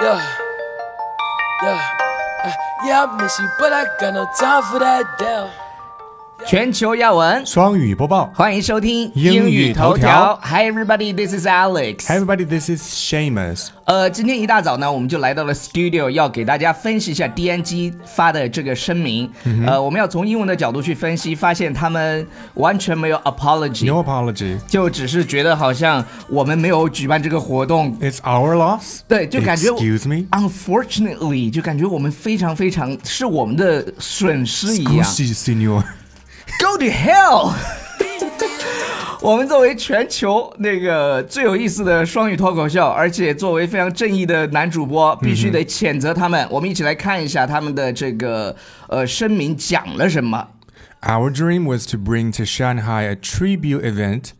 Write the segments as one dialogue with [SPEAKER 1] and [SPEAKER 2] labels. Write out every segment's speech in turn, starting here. [SPEAKER 1] Yeah. Yeah. Uh, yeah, I miss you, but I got no time for that damn.
[SPEAKER 2] 全球要闻，
[SPEAKER 3] 双语播报。
[SPEAKER 2] 欢迎收听
[SPEAKER 3] 英语头条。
[SPEAKER 2] Hi everybody, this is Alex.
[SPEAKER 3] Hi everybody, this is Shamus。
[SPEAKER 2] 呃，今天一大早呢，我们就来到了 studio，要给大家分析一下 DNG 发的这个声明。
[SPEAKER 3] 嗯
[SPEAKER 2] 呃，我们要从英文的角度去分析，发现他们完全没有 apology，
[SPEAKER 3] No apology.
[SPEAKER 2] 就只是觉得好像我们没有举办这个活动。
[SPEAKER 3] It's our loss.
[SPEAKER 2] 对，就感觉
[SPEAKER 3] Excuse me.
[SPEAKER 2] unfortunately，就感觉我们非常非常是我们的损失一样。
[SPEAKER 3] Scusi, Senor.
[SPEAKER 2] Go to hell！我们作为全球那个最有意思的双语脱口秀，而且作为非常正义的男主播，必须得谴责他们。我们一起来看一下他们的这个呃声明讲了什么。
[SPEAKER 3] Our dream was to bring to Shanghai a tribute event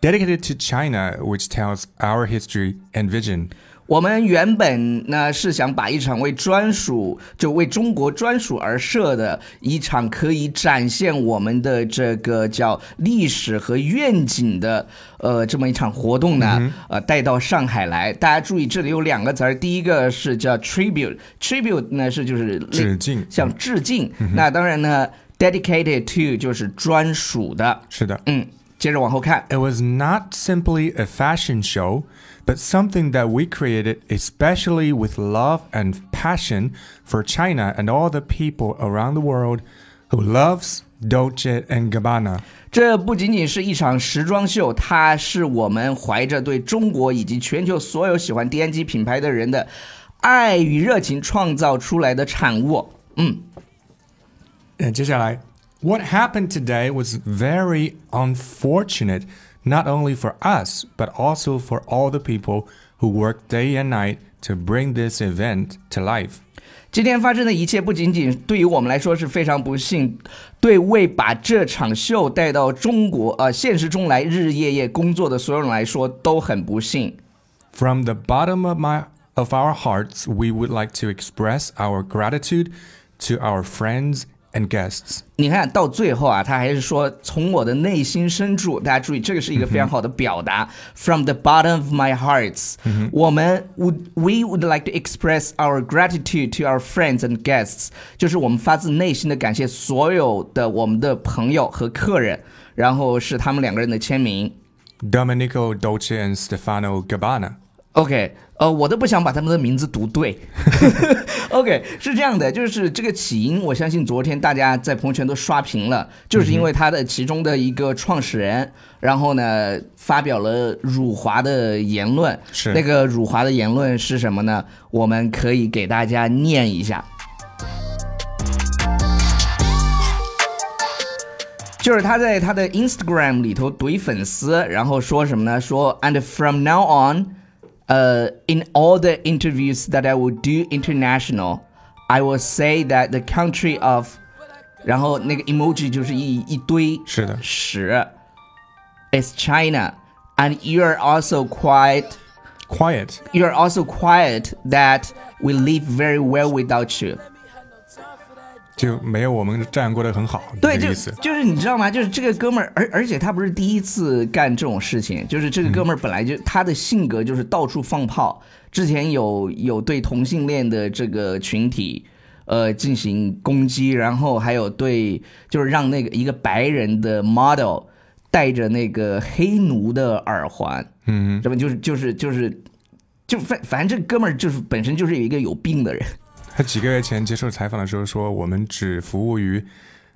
[SPEAKER 3] dedicated to China, which tells our history and vision.
[SPEAKER 2] 我们原本呢是想把一场为专属，就为中国专属而设的一场可以展现我们的这个叫历史和愿景的，呃，这么一场活动呢，
[SPEAKER 3] 嗯
[SPEAKER 2] 呃，带到上海来。大家注意，这里有两个词儿，第一个是叫 tribute，tribute 呢是就是类
[SPEAKER 3] 致敬嗯
[SPEAKER 2] 像致敬。那当然呢，dedicated to 就是专属的。
[SPEAKER 3] 是的。
[SPEAKER 2] 嗯，接着往后看。
[SPEAKER 3] It was not simply a fashion show, but something that we created especially with love and passion for China and all the people around the world who loves Dolce and Gabbana.
[SPEAKER 2] 这不仅仅是一场时装秀，它是我们怀着对中国以及全球所有喜欢 DNG 品牌的人的爱与热情创造出来的产物。嗯，
[SPEAKER 3] 接下来, what happened today was very unfortunate, not only for us, but also for all the people who work day and night to bring this event to life.
[SPEAKER 2] 今天发生的一切不仅仅对于我们来说是非常不幸，对为把这场秀带到中国呃现实中来日日夜夜工作的所有人来说都很不幸。
[SPEAKER 3] From the bottom of my of our hearts, we would like to express our gratitude to our friends and guests.
[SPEAKER 2] 你看到最后啊，他还是说从我的内心深处，大家注意，这个是一个非常好的表达。From the bottom of my hearts，、我们 would we would like to express our gratitude to our friends and guests，就是我们发自内心的感谢所有的我们的朋友和客人，然后是他们两个人的签名。
[SPEAKER 3] Domenico Dolce and Stefano Gabbana.
[SPEAKER 2] OK，呃，我都不想把他们的名字读对。OK，是这样的，就是这个起因，我相信昨天大家在朋友圈都刷屏了，就是因为他的其中的一个创始人，然后呢发表了辱华的言论。
[SPEAKER 3] 是
[SPEAKER 2] 那个辱华的言论是什么呢？我们可以给大家念一下。就是他在他的 Instagram 里头怼粉丝，然后说什么呢？说 And from now on, uh, in all the interviews that I will do international, I will say that the country of，然后那个 emoji 就是一一堆
[SPEAKER 3] 是的
[SPEAKER 2] 屎，is China, and you are also quite
[SPEAKER 3] Quiet.
[SPEAKER 2] you are also quiet that we live very well without you。
[SPEAKER 3] 就没有我们站过得很好，
[SPEAKER 2] 对，就
[SPEAKER 3] 这个意思。
[SPEAKER 2] 就是你知道吗？就是这个哥们儿，而而且他不是第一次干这种事情，就是这个哥们儿本来就、他的性格就是到处放炮，之前有有对同性恋的这个群体。呃，进行攻击，然后还有对，就是让那个一个白人的 model 戴着那个黑奴的耳环，嗯，这么就是就是就是，就反反正这个哥们儿就是本身就是一个有病的人，
[SPEAKER 3] 他几个月前接受采访的时候说，我们只服务于，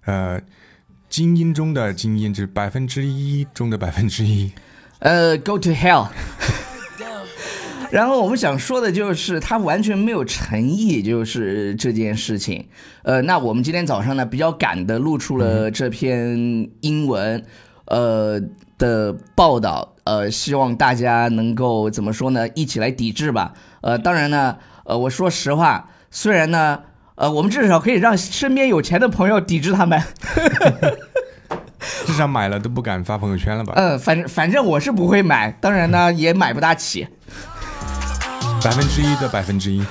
[SPEAKER 3] 呃，精英中的精英，就是百分之一中的百分之一。
[SPEAKER 2] 呃，Go to hell 。然后我们想说的就是，他完全没有诚意，就是这件事情。呃，那我们今天早上呢，比较赶的录出了这篇英文，呃的报道，呃，希望大家能够怎么说呢，一起来抵制吧。呃，当然呢，呃，我说实话，虽然呢，呃，我们至少可以让身边有钱的朋友抵制他们。
[SPEAKER 3] 至少买了都不敢发朋友圈了吧？
[SPEAKER 2] 呃，反正反正我是不会买，当然呢，也买不大起。
[SPEAKER 3] 百分之一的百分之一。
[SPEAKER 2] 呃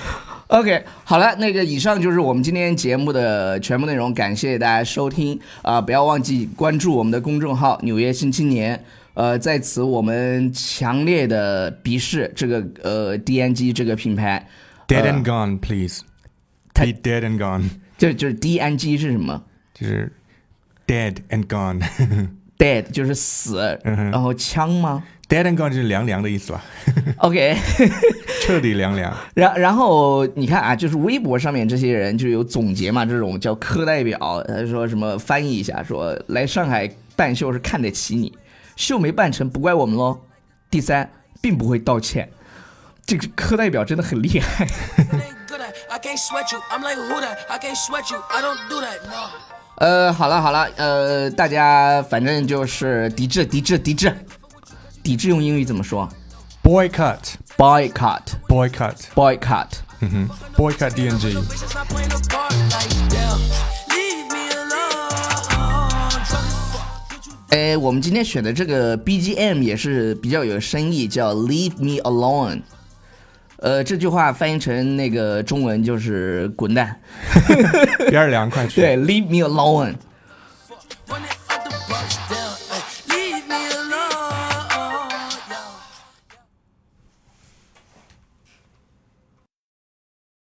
[SPEAKER 2] OK，好了，那个以上就是我们今天节目的全部内容，感谢大家收听啊、不要忘记关注我们的公众号《纽约新青年》。呃，在此我们强烈的鄙视这个呃 DNG 这个品牌，
[SPEAKER 3] Dead and gone, please.
[SPEAKER 2] 他
[SPEAKER 3] Be dead and gone.
[SPEAKER 2] 就就是 D N G 是什么
[SPEAKER 3] 就是 dead and gone。
[SPEAKER 2] ？Dead 就是死，然后枪吗
[SPEAKER 3] dead and gone 就是凉凉的意思了，
[SPEAKER 2] ？OK，
[SPEAKER 3] 彻底凉凉。
[SPEAKER 2] 然然后你看啊，就是微博上面这些人就有总结嘛，这种叫课代表，他说什么翻译一下，说来上海办秀是看得起你，秀没办成不怪我们喽。第三，并不会道歉，这个课代表真的很厉害。
[SPEAKER 1] It ain't good at. I can't sweat you. I'm like who that? I can't sweat you. I don't do that. No.
[SPEAKER 2] 呃，好了好了，呃，大家反正就是抵制抵制抵制，抵制用英语怎么说
[SPEAKER 3] Boycott,
[SPEAKER 2] ？boycott
[SPEAKER 3] boycott,
[SPEAKER 2] boycott。
[SPEAKER 3] boycott DNG.
[SPEAKER 1] Bitches not playing no part like damn. Leave me alone. Drunk as fuck. Could you
[SPEAKER 2] 哎，我们今天选的这个 BGM 也是比较有深意，叫 "Leave Me Alone"。呃，这句话翻译成那个中文就是“滚蛋”。
[SPEAKER 3] 第二两快去。
[SPEAKER 2] 对，"Leave Me Alone"。